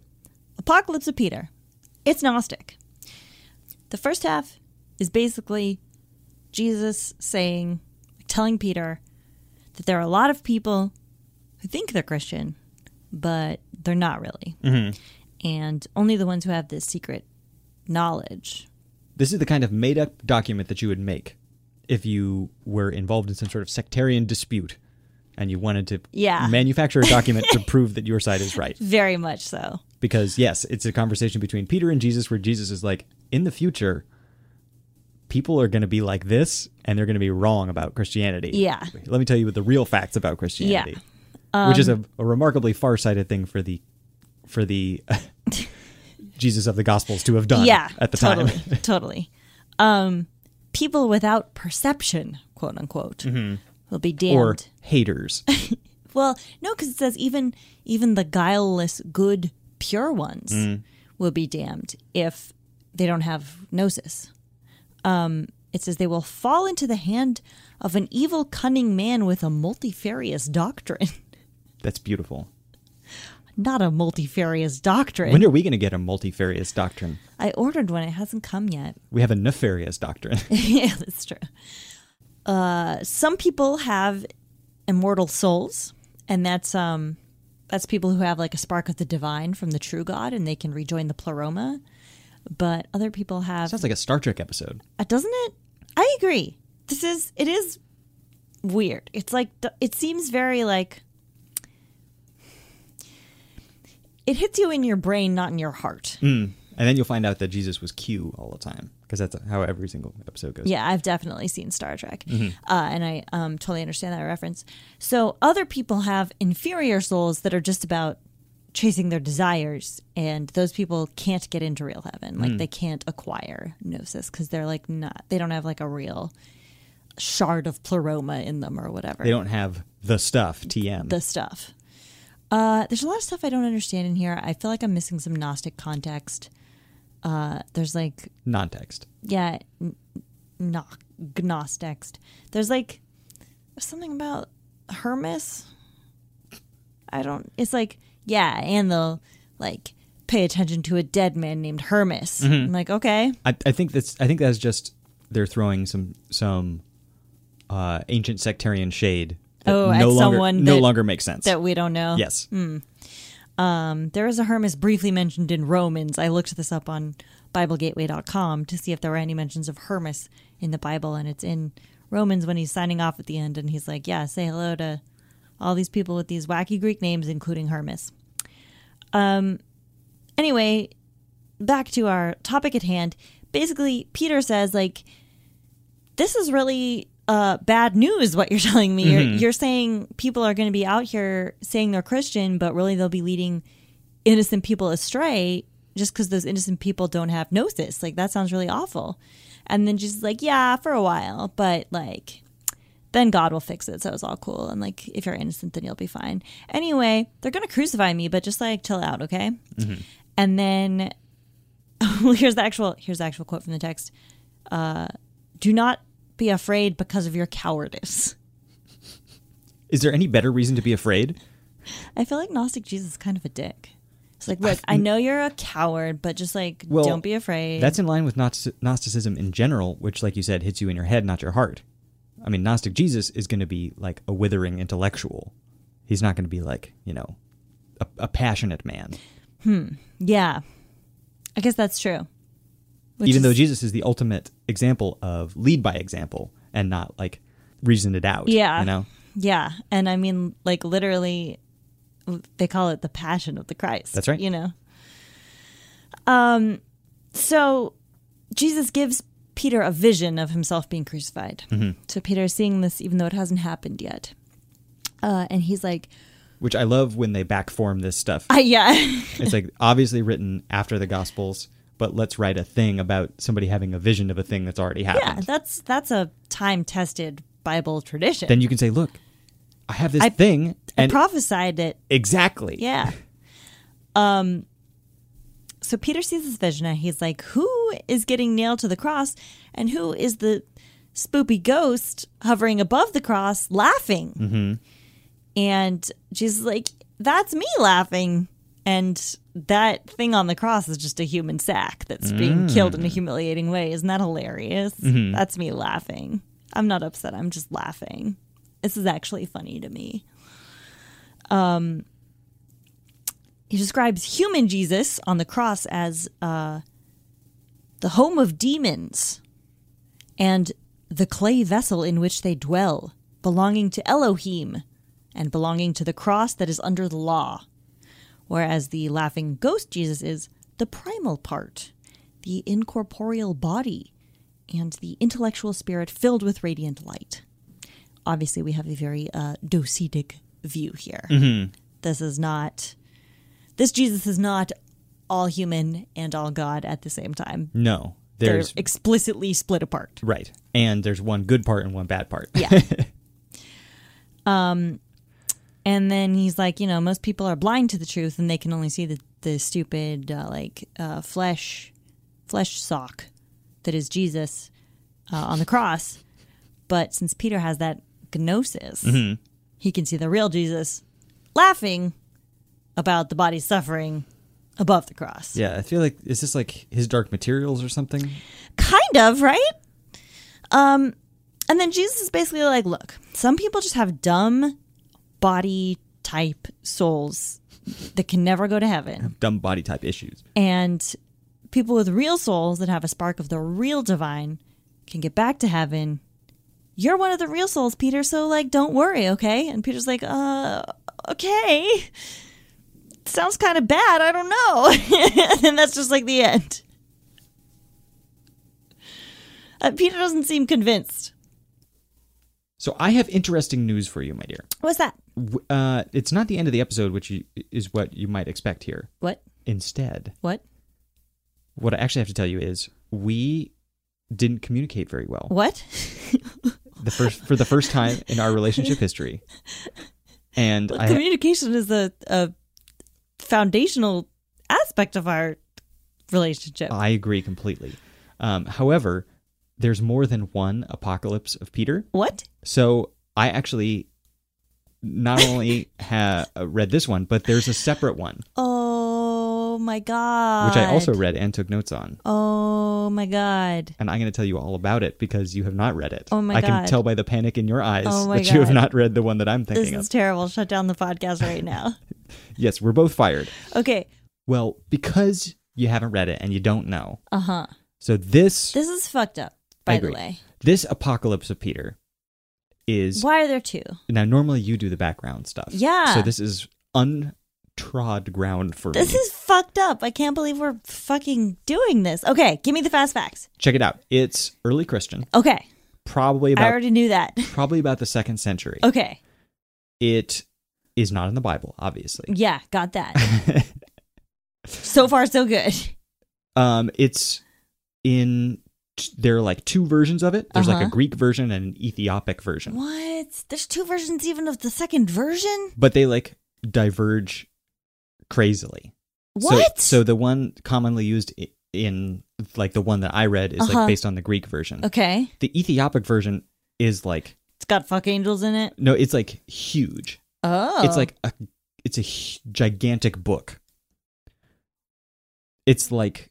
Apocalypse of Peter, it's Gnostic. The first half is basically Jesus saying, telling Peter that there are a lot of people who think they're Christian, but they're not really.
Mm-hmm.
And only the ones who have this secret knowledge.
This is the kind of made up document that you would make if you were involved in some sort of sectarian dispute and you wanted to
Yeah.
manufacture a document to prove that your side is right.
Very much so.
Because, yes, it's a conversation between Peter and Jesus where Jesus is like, in the future, people are going to be like this and they're going to be wrong about Christianity.
Yeah.
Let me tell you the real facts about Christianity. which is
Um,
a, a remarkably far-sighted thing for the for the Jesus of the Gospels to have done
yeah.
at the
totally,
time.
totally. Um, people without perception, quote unquote, will be damned.
Mm-hmm. or haters.
Well, no, because it says even even the guileless, good, pure ones will be damned if they don't have gnosis. Um, it says they will fall into the hand of an evil, cunning man with a multifarious doctrine.
That's beautiful.
Not a multifarious doctrine.
When are we going to get a multifarious doctrine?
I ordered one; it hasn't come yet.
We have a nefarious doctrine.
yeah, that's true. Uh, some people have immortal souls, and that's um, that's people who have like a spark of the divine from the true God, and they can rejoin the pleroma. But other people have,
Sounds like a Star Trek episode.
uh, doesn't it? I agree. This is it is weird. It's like th- it seems very like it hits you in your brain, not in your heart.
And then you'll find out that Jesus was Q all the time because that's how every single episode goes.
Yeah, I've definitely seen Star Trek,
Mm-hmm.
uh, and I um, totally understand that reference. So other people have inferior souls that are just about chasing their desires, and those people can't get into real heaven.
Mm.
Like they can't acquire gnosis because they're like not they don't have like a real shard of pleroma in them or whatever
They don't have the stuff, TM.
the stuff. Uh, there's a lot of stuff I don't understand in here. I feel like I'm missing some Gnostic context. Uh, there's like
non-text.
yeah, n- no, Gnostics. There's like something about Hermes. I don't. It's like yeah, and they'll like pay attention to a dead man named Hermes. I'm like okay,
I, I think that's I think that's just they're throwing some some uh, ancient sectarian shade that
Oh,
no
at
longer
someone
no
that-
longer makes sense.
that mm. we don't know.
yes,
Um, There is a Hermes briefly mentioned in Romans. I looked this up on BibleGateway.com to see if there were any mentions of Hermes in the Bible, and it's in Romans when he's signing off at the end, and he's like, "Yeah, say hello to all these people with these wacky Greek names, including Hermes." Um. Anyway, back to our topic at hand. Basically, Peter says like, "This is really." Uh, bad news what you're telling me you're, you're saying people are going to be out here saying they're christian but really they'll be leading innocent people astray just because those innocent people don't have gnosis. Like that sounds really awful. And then she's like, yeah, for a while, but like then God will fix it. So it's all cool. And like, if you're innocent, then you'll be fine. Anyway, they're going to crucify me, but just like chill out, okay? And then well, here's the actual here's the actual quote from the text. Uh, Do not be afraid because of your cowardice.
Is there any better reason to be afraid?
I feel like Gnostic Jesus is kind of a dick. It's like, look, I know you're a coward, but just like,
Well,
don't be afraid.
That's in line with Gnosti- Gnosticism in general, which, like you said, hits you in your head, not your heart. I mean, Gnostic Jesus is going to be like a withering intellectual. He's not going to be like, you know, a, a passionate man.
yeah, I guess that's true. Which
Even
is-
though Jesus is the ultimate example of lead by example and not like reason it out.
Yeah.
You know?
Yeah, and I mean, like literally, they call it the Passion of the Christ.
That's right.
You know. Um. So, Jesus gives Peter a vision of himself being crucified.
Mm-hmm.
So Peter is seeing this, even though it hasn't happened yet. Uh, and he's like,
Which I love when they backform this stuff.
I, "Yeah,
it's like obviously written after the Gospels, but let's write a thing about somebody having a vision of a thing that's already happened.
yeah, that's that's a time tested Bible tradition.
Then you can say, look, I have this
I-
thing.
I
And
prophesied it
exactly.
Yeah. Um so Peter sees this vision and he's like, Who is getting nailed to the cross and who is the spoopy ghost hovering above the cross laughing? Mm-hmm. And Jesus is like, That's me laughing. And that thing on the cross is just a human sack that's being killed in a humiliating way. Isn't that hilarious? That's me laughing. I'm not upset. I'm just laughing. This is actually funny to me. he describes human Jesus on the cross as uh, the home of demons and the clay vessel in which they dwell, belonging to Elohim and belonging to the cross that is under the law. Whereas the laughing ghost Jesus is the primal part, the incorporeal body, and the intellectual spirit filled with radiant light. Obviously, we have a very uh, docetic view here. This is not this Jesus is not all human and all God at the same time.
No. There's
They're explicitly split apart.
Right. And there's one good part and one bad part.
Yeah. um, and then he's like, you know, most people are blind to the truth and they can only see the the stupid uh, like uh, flesh flesh sock that is Jesus uh, on the cross. But since Peter has that gnosis, he can see the real Jesus laughing about the body's suffering above the cross.
yeah. I feel like, is this like his dark materials or something?
kind of right um and then jesus is basically like look some people just have dumb body type souls that can never go to heaven
Dumb body type issues.
and people with real souls that have a spark of the real divine can get back to heaven you're one of the real souls peter so like don't worry okay and peter's like uh okay sounds kind of bad i don't know and that's just like the end uh, peter doesn't seem convinced
So I have interesting news for you, my dear.
what's that
W- Uh, it's not the end of the episode, which you, is what you might expect here.
what
Instead,
what
what I actually have to tell you is we didn't communicate very well.
what
The first for the first time in our relationship history, and I,
communication is a, a foundational aspect of our relationship
I agree completely. Um, however, there's more than one apocalypse of Peter.
what
So I actually not only ha- uh, read this one, but there's a separate one
Oh my god.
which I also read and took notes on,
Oh my god.
and I'm going to tell you all about it because you have not read it.
Oh my
I can
God.
tell by the panic in your eyes
Oh my
that you have
God.
not read the one that I'm
This
thinking
is
of.
terrible. Shut down the podcast right now.
Yes, we're both fired.
Okay.
Well, because you haven't read it and you don't know.
Uh huh.
So this
This is fucked up,
I
by the
agree.
way.
this apocalypse of Peter is
Why are there two?
now normally you do the background stuff.
Yeah.
So this is untrod ground for
This
me.
is fucked up. I can't believe we're fucking doing this. Okay. Give me the fast facts.
Check it out. It's early Christian,
Okay.
probably
I
about
already knew that.
probably about the second century.
Okay.
It is not in the Bible, obviously.
Yeah. Got that. So far, so good.
Um, it's in t- there are like two versions of it. There's like
Uh-huh.
a Greek version and an Ethiopic version,
What? There's two versions even of the second version?
but they like diverge crazily. So-
What?
So, the one commonly used i- in like the one that I read is
Uh-huh.
like based on the Greek version.
okay.
The Ethiopic version is like
It's got fuck angels in it.
no, it's like huge.
Oh.
It's like a it's a hu- gigantic book. It's like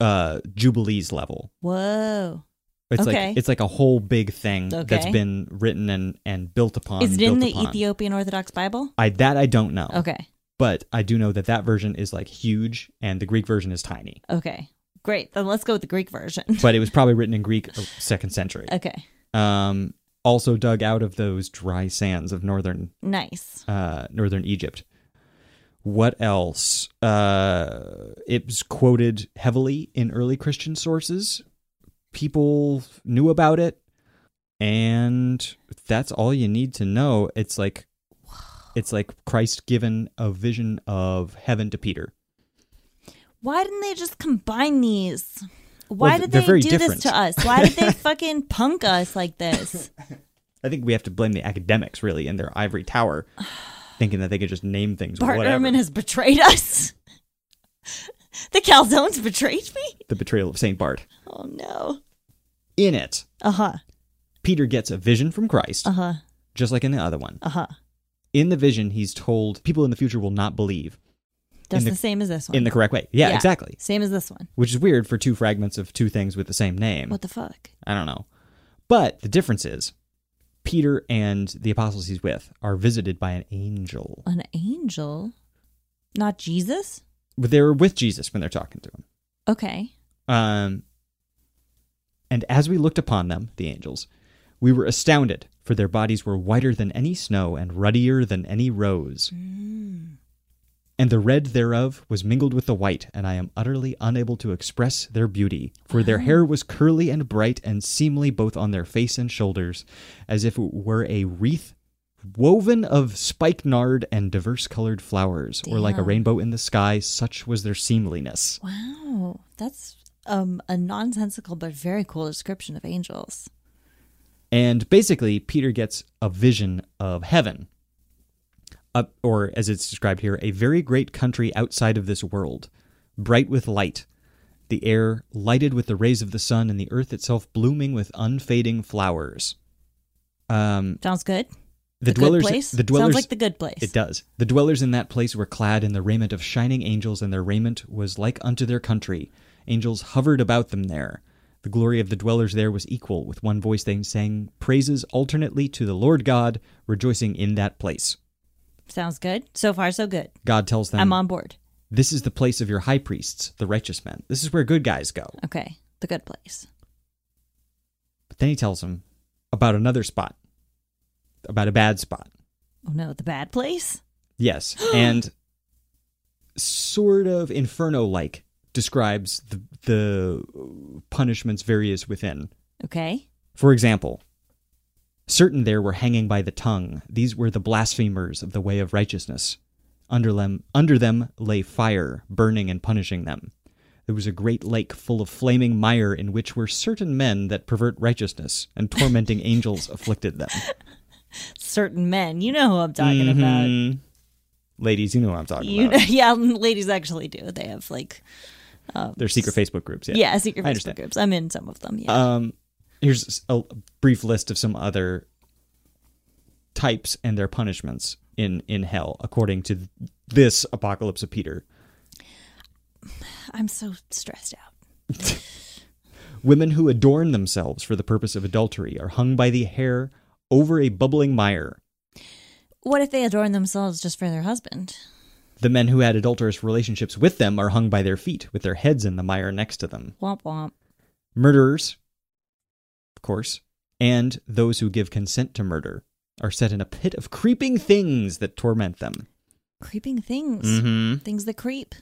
uh Jubilees level.
Oh, Whoa.
It's
Okay.
like it's like a whole big thing that's
Okay.
been written and and built upon.
Is it in
built
the
upon.
Ethiopian Orthodox Bible?
I that I don't know.
Okay.
but I do know that that version is like huge and the Greek version is tiny.
Okay. Great. Then let's go with the Greek version.
But it was probably written in Greek uh, second century.
okay.
Um, also dug out of those dry sands of northern
Nice.
uh, northern Egypt. What else? Uh, it was quoted heavily in early Christian sources. People knew about it, and that's all you need to know. It's like it's like Christ given a vision of heaven to Peter.
Why didn't they just combine these? Why
th-
did
they're
they
very
do
different.
this to us? Why did they fucking punk us like this?
I think we have to blame the academics really in their ivory tower, thinking that they could just name things.
Bart
whatever.
Ehrman has betrayed us. the calzones betrayed me?
the betrayal of Saint Bart.
Oh no.
In it,
Uh huh.
Peter gets a vision from Christ,
Uh huh.
just like in the other one.
Uh huh.
in the vision, he's told people in the future will not believe
That's
the-
the, same as this one.
in the correct way. Yeah,
Yeah.
exactly.
same as this one.
Which is weird for two fragments of two things with the same name.
What the fuck?
I don't know. But the difference is Peter and the apostles he's with are visited by an angel.
An angel? Not Jesus?
But They're with Jesus when they're talking to him.
Okay.
Um, and as we looked upon them, the angels, we were astounded, for their bodies were whiter than any snow and ruddier than any rose. And the red thereof was mingled with the white, and I am utterly unable to express their beauty. For their hair was curly and bright and seemly both on their face and shoulders, as if it were a wreath woven of spikenard and diverse colored flowers, or like a
Damn.
rainbow in the sky, such was their seemliness.
Wow. That's um a nonsensical but very cool description of angels.
And basically, Peter gets a vision of heaven, a, or as it's described here, a very great country outside of this world, bright with light, the air lighted with the rays of the sun, and the earth itself blooming with unfading flowers. Um,
Sounds good.
the,
good
dwellers,
place?
the dwellers,
Sounds like the good place.
it does. The dwellers in that place were clad in the raiment of shining angels, and their raiment was like unto their country. Angels hovered about them there. The glory of the dwellers there was equal. With one voice they sang praises alternately to the Lord God, rejoicing in that place.
Sounds good. So far, so good.
God tells them,
I'm on board.
This is the place of your high priests, the righteous men. This is where good guys go.
Okay. The good place.
But then he tells them about another spot, about a bad spot.
Oh no, the bad place?
Yes, and sort of inferno like describes the, the punishments various within.
Okay.
For example, certain there were hanging by the tongue. These were the blasphemers of the way of righteousness. Under them, under them lay fire, burning and punishing them. There was a great lake full of flaming mire in which were certain men that pervert righteousness, and tormenting angels afflicted them.
Certain men. You know who I'm talking about.
Mhm. Ladies, you know what I'm talking
You
about.
know, yeah, ladies actually do. They have like
They're secret Facebook groups. Yeah,
yeah, secret Facebook
I understand.
groups. I'm in some of them. Yeah.
Um, here's a brief list of some other types and their punishments in in hell, according to this apocalypse of Peter.
I'm so stressed out.
Women who adorn themselves for the purpose of adultery are hung by the hair over a bubbling mire.
What if they adorn themselves just for their husband?
The men who had adulterous relationships with them are hung by their feet, with their heads in the mire next to them.
Womp womp.
Murderers, of course, and those who give consent to murder are set in a pit of creeping things that torment them.
Creeping things.
Mm-hmm.
Things that creep.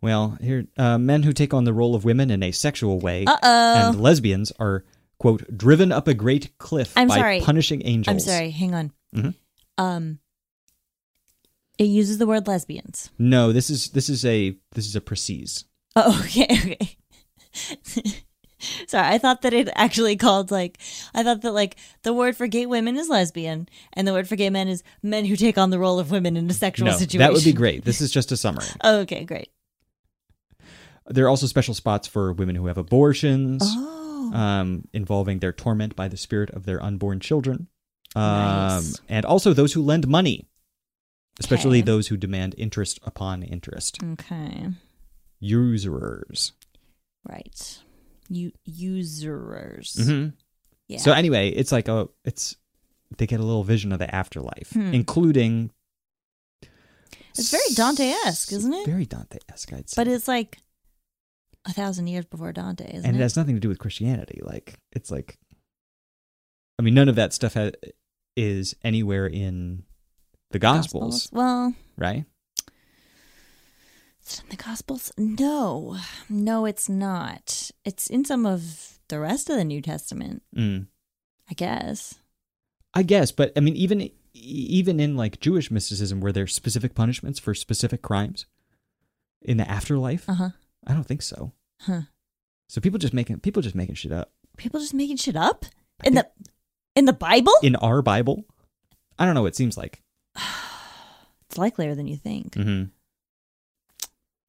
Well, here, uh, men who take on the role of women in a sexual way
Uh
and
oh.
lesbians are, quote, driven up a great cliff
I'm
by
sorry.
punishing angels.
I'm sorry. Hang on.
Mhm.
Um, It uses the word lesbians.
No, this is this is a this is a precis.
Oh, okay, okay. Sorry, I thought that it actually called like I thought that like the word for gay women is lesbian, and the word for gay men is men who take on the role of women in a sexual
No,
situation. Oh,
that would be great. This is just a summary.
Okay, great.
There are also special spots for women who have abortions,
Oh,
um, involving their torment by the spirit of their unborn children, um,
Nice.
and also those who lend money, especially
Okay. Mm.
those who demand interest upon interest,
okay,
usurers.
right. You usurers.
hmm
Yeah.
So anyway, it's like a it's they get a little vision of the afterlife,
Hmm.
including.
It's very Dante-esque, isn't it?
Very Dante-esque, I'd say.
but it's like a thousand years before Dante, isn't
and
it?
it has nothing to do with Christianity. Like it's like, I mean, none of that stuff ha- is anywhere in the Gospels,
Well,
right?
Is it in the Gospels? No, no, it's not. It's in some of the rest of the New Testament,
Mm.
I guess.
I guess, but I mean, even even in like Jewish mysticism, were there specific punishments for specific crimes in the afterlife?
Uh huh.
I don't think so.
Huh.
So people just making people just making shit up
People just making shit up in the in the Bible.
in our Bible. I don't know. It seems like
It's likelier than you think.
mm-hmm.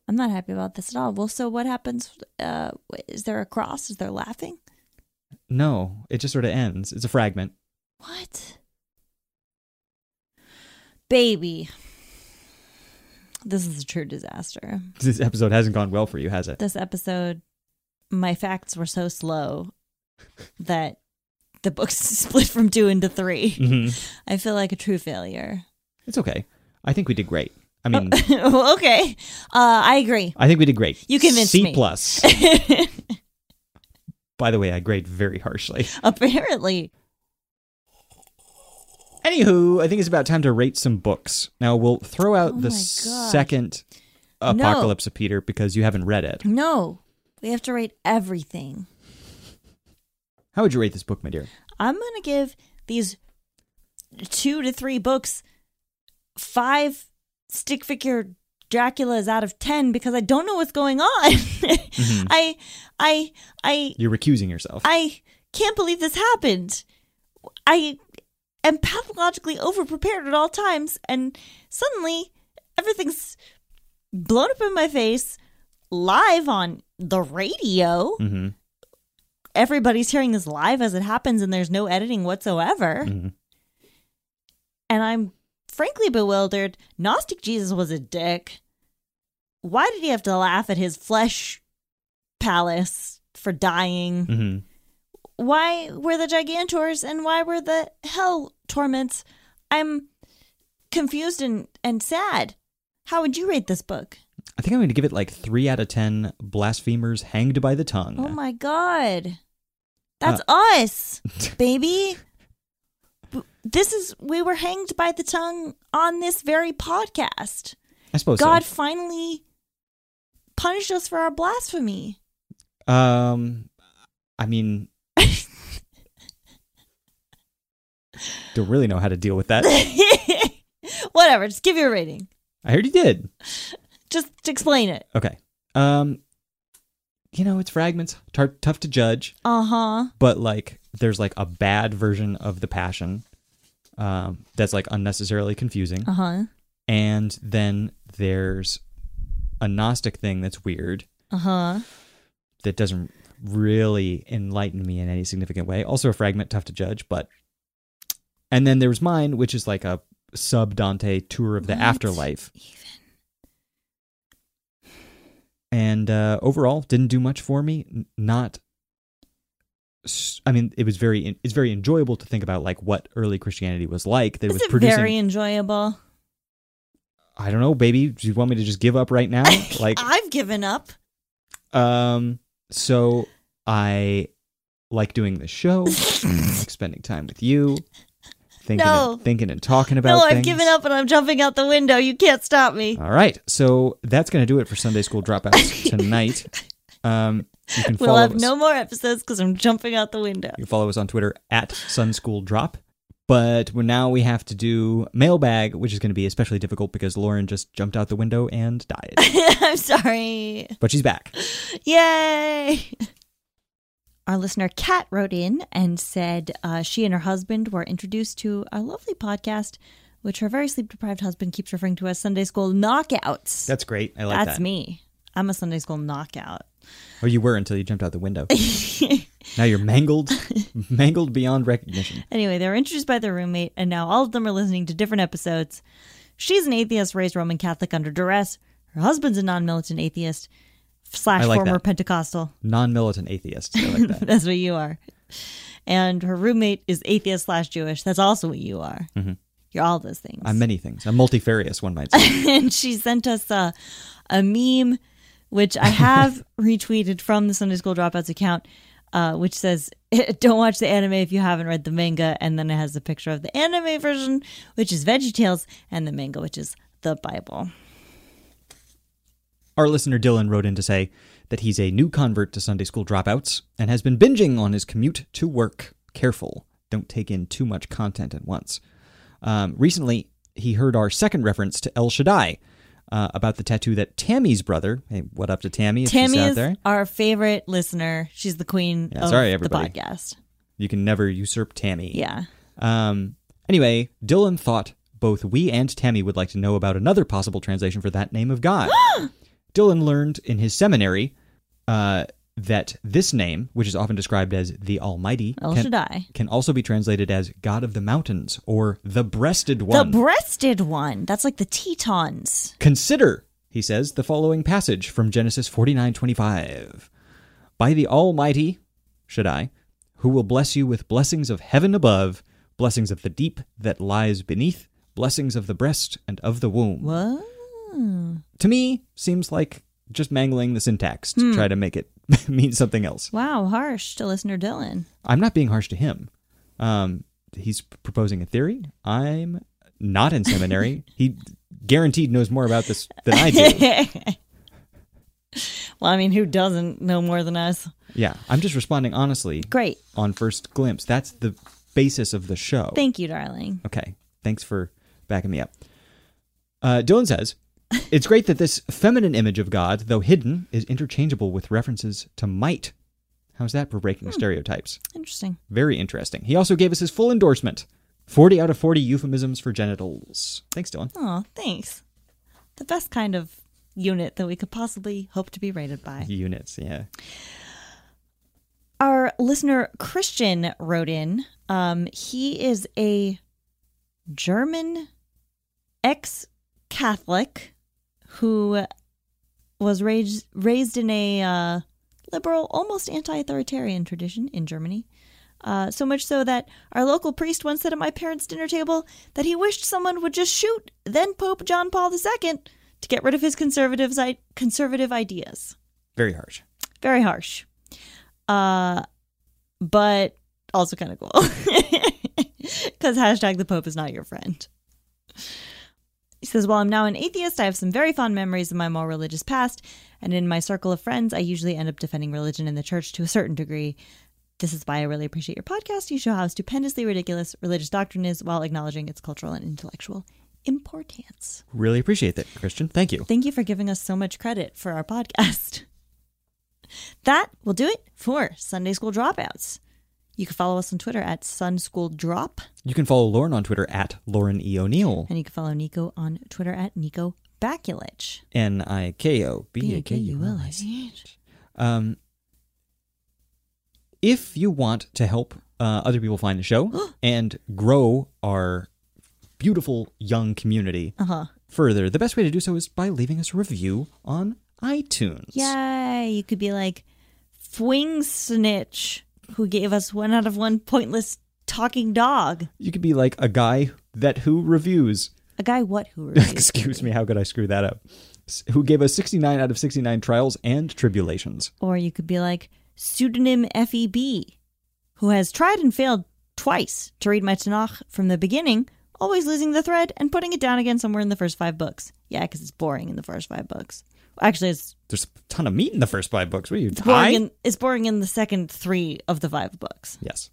I'm not happy about this at all. Well, so what happens? Uh, is there a cross? Is there laughing?
no. It just sort of ends. It's a fragment.
What? Baby, this is a true disaster.
This episode hasn't gone well for you, has it?
this episode, my facts were so slow that the books split from two into three.
Mm-hmm.
I feel like a true failure.
It's okay. I think we did great.
Oh.
I mean,
okay, uh, I agree.
I think we did great.
You convinced
C
me.
plus. By the way, I grade very harshly.
Apparently,
Anywho, I think it's about time to rate some books. Now we'll throw out
Oh my
the
gosh.
second Apocalypse of Peter because you haven't read it.
no. We have to rate everything.
How would you rate this book, my dear?
I'm gonna give these two to three books five stick figure Draculas out of ten because I don't know what's going on. I, I, I.
You're recusing yourself.
I can't believe this happened. I am pathologically overprepared at all times, and suddenly everything's blown up in my face live on the radio.
mm-hmm.
Everybody's hearing this live as it happens, and there's no editing whatsoever.
Mhm.
And I'm frankly bewildered. Gnostic Jesus was a dick. Why did he have to laugh at his flesh palace for dying?
Mm-hmm.
why were the gigantors and why were the hell torments i'm confused and and sad how would you rate this book
I think I'm going to give it like three out of ten blasphemers hanged by the tongue.
oh my god that's us baby B- this is we were hanged by the tongue on this very podcast
I suppose
god
so.
finally punished us for our blasphemy
Um, I mean, don't really know how to deal with that.
whatever just give your rating
I heard you did.
just explain it
Okay. Um, you know, it's fragments, tar- tough to judge,
uh-huh
but like, there's like a bad version of the passion, um, that's like unnecessarily confusing,
uh-huh
and then there's a gnostic thing that's weird
uh-huh
that doesn't really enlighten me in any significant way. Also, a fragment, tough to judge, but and then there was mine, which is like a sub Dante tour of the
What?
afterlife. and uh, overall didn't do much for me. N- Not, s- I mean, it was very it's very enjoyable to think about like what early Christianity was like. That it
Is
was
it
producing.
very enjoyable?
I don't know, baby. Do you want me to just give up right now? like,
I've given up.
um, so I like doing this show, I like spending time with you, thinking,
No.
and, thinking and talking about.
No, I've
things. Uh,
given up and I'm jumping out the window. You can't stop me.
All right, so that's going to do it for Sunday School Dropouts tonight. um, you can follow
We'll have
us.
no more episodes because I'm jumping out the window.
You can follow us on Twitter at Sun School Drop. But we- now we have to do mailbag, which is going to be especially difficult because Lauren just jumped out the window and died.
I'm sorry.
but she's back.
Yay! Our listener, Kat, wrote in and said uh, she and her husband were introduced to our lovely podcast, which her very sleep deprived husband keeps referring to as Sunday School Knockouts.
That's great. I like
That's
that.
me. I'm a Sunday School Knockout.
Oh, you were until you jumped out the window. now you're mangled, mangled beyond recognition.
Anyway, they were introduced by their roommate, and now all of them are listening to different episodes. She's an atheist raised Roman Catholic under duress. Her husband's a non militant atheist slash
I like
former
that.
Pentecostal.
Non-militant atheist. I like that.
That's what you are. And her roommate is atheist slash Jewish. That's also what you are.
Mm-hmm.
You're all those things.
I'm many things. I'm multifarious, one might say.
and she sent us a, a meme, which I have retweeted from the Sunday School Dropouts account, uh, which says, Don't watch the anime if you haven't read the manga. And then it has a picture of the anime version, which is VeggieTales, and the manga, which is the Bible.
Our listener Dylan wrote in to say that he's a new convert to Sunday school dropouts and has been binging on his commute to work. Careful, don't take in too much content at once. Um, recently, he heard our second reference to El Shaddai uh, about the tattoo that Tammy's brother. Hey, what up to Tammy? If
Tammy
she's out
is
there,
our favorite listener. She's the queen
Yeah,
of
sorry,
the
everybody.
podcast.
you can never usurp Tammy.
Yeah.
Um, anyway, Dylan thought both we and Tammy would like to know about another possible translation for that name of God. Dylan learned in his seminary uh, that this name, which is often described as the Almighty,
El
can,
Shaddai.
can also be translated as God of the Mountains or the Breasted
The
One.
breasted one. That's like the Tetons.
Consider, he says, the following passage from Genesis 49:25. By the Almighty, should I, who will bless you with blessings of heaven above, blessings of the deep that lies beneath, blessings of the breast and of the womb.
Whoa.
To me, seems like just mangling the syntax to try to make it mean something else.
Wow, harsh to listener Dylan.
I'm not being harsh to him. Um, he's p- proposing a theory. I'm not in seminary. he guaranteed knows more about this than I do.
Well, I mean, who doesn't know more than us?
Yeah, I'm just responding honestly
Great.
on first glimpse. That's the basis of the show.
Thank you, darling.
okay, thanks for backing me up. Uh, Dylan says, It's great that this feminine image of God, though hidden, is interchangeable with references to might. How's that for breaking stereotypes?
Interesting.
Very interesting. He also gave us his full endorsement 40 out of 40 euphemisms for genitals. Thanks, Dylan.
Oh, thanks. The best kind of unit that we could possibly hope to be rated by.
Units, yeah.
Our listener Christian wrote in. Um, he is a German ex Catholic who was raised raised in a uh, liberal, almost anti authoritarian tradition in Germany. Uh, so much so that our local priest once said at my parents' dinner table that he wished someone would just shoot then Pope John Paul II to get rid of his conservatives I- conservative ideas
Very harsh.
very harsh uh but also kind of cool because hashtag the pope is not your friend he says while i'm now an atheist i have some very fond memories of my more religious past and in my circle of friends i usually end up defending religion and the church to a certain degree this is why i really appreciate your podcast you show how stupendously ridiculous religious doctrine is while acknowledging its cultural and intellectual importance
Really appreciate that, Christian. Thank you.
Thank you for giving us so much credit for our podcast. That will do it for Sunday School Dropouts. You can follow us on Twitter at Sun School Drop,
You can follow Lauren on Twitter at Lauren E. O'Neill.
and you can follow Nico on Twitter at Nico Bakulich.
N I K O B A K U L I C.
B-A-K-U-L-I-C-H.
Um, if you want to help uh, other people find the show and grow our beautiful young community
Uh-huh.
further, the best way to do so is by leaving us a review on iTunes.
Yay! You could be like Fwing Snitch, who gave us one out of one pointless talking dog.
You could be like a guy that who reviews.
A guy what who reviews
Excuse
movie.
me, how could I screw that up? S- Who gave us 69 out of 69 trials and tribulations.
Or you could be like pseudonym FEB, who has tried and failed twice to read my Tanakh from the beginning, always losing the thread and putting it down again somewhere in the first five books. Yeah, because it's boring in the first five books. Actually, it's
There's a ton of meat in the first five books. What are you,
boring,
high?
in, it's boring in the second three of the five books.
Yes.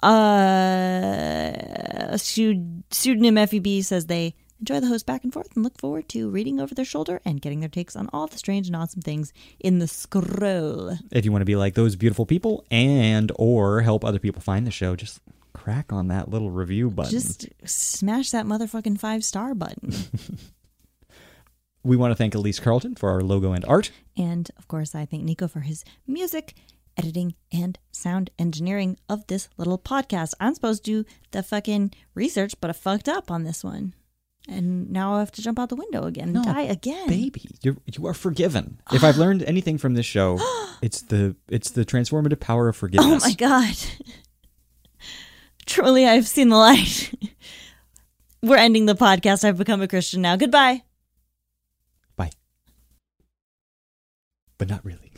Uh, pseud- pseudonym FEB says they enjoy the host back and forth and look forward to reading over their shoulder and getting their takes on all the strange and awesome things in the scroll.
If you want to be like those beautiful people and or help other people find the show, just crack on that little review button.
Just smash that motherfucking five star button.
we want to thank Elise Carlton for our logo and art.
and of course, I thank Nico for his music, editing, and sound engineering of this little podcast. I'm supposed to do the fucking research, but I fucked up on this one. And now I have to jump out the window again and die again.
Baby, you're, you are forgiven. If I've learned anything from this show, it's the it's the transformative power of
Oh
forgiveness.
my god. Truly, I've seen the light. We're ending the podcast. I've become a Christian now. Goodbye.
Bye. But not really.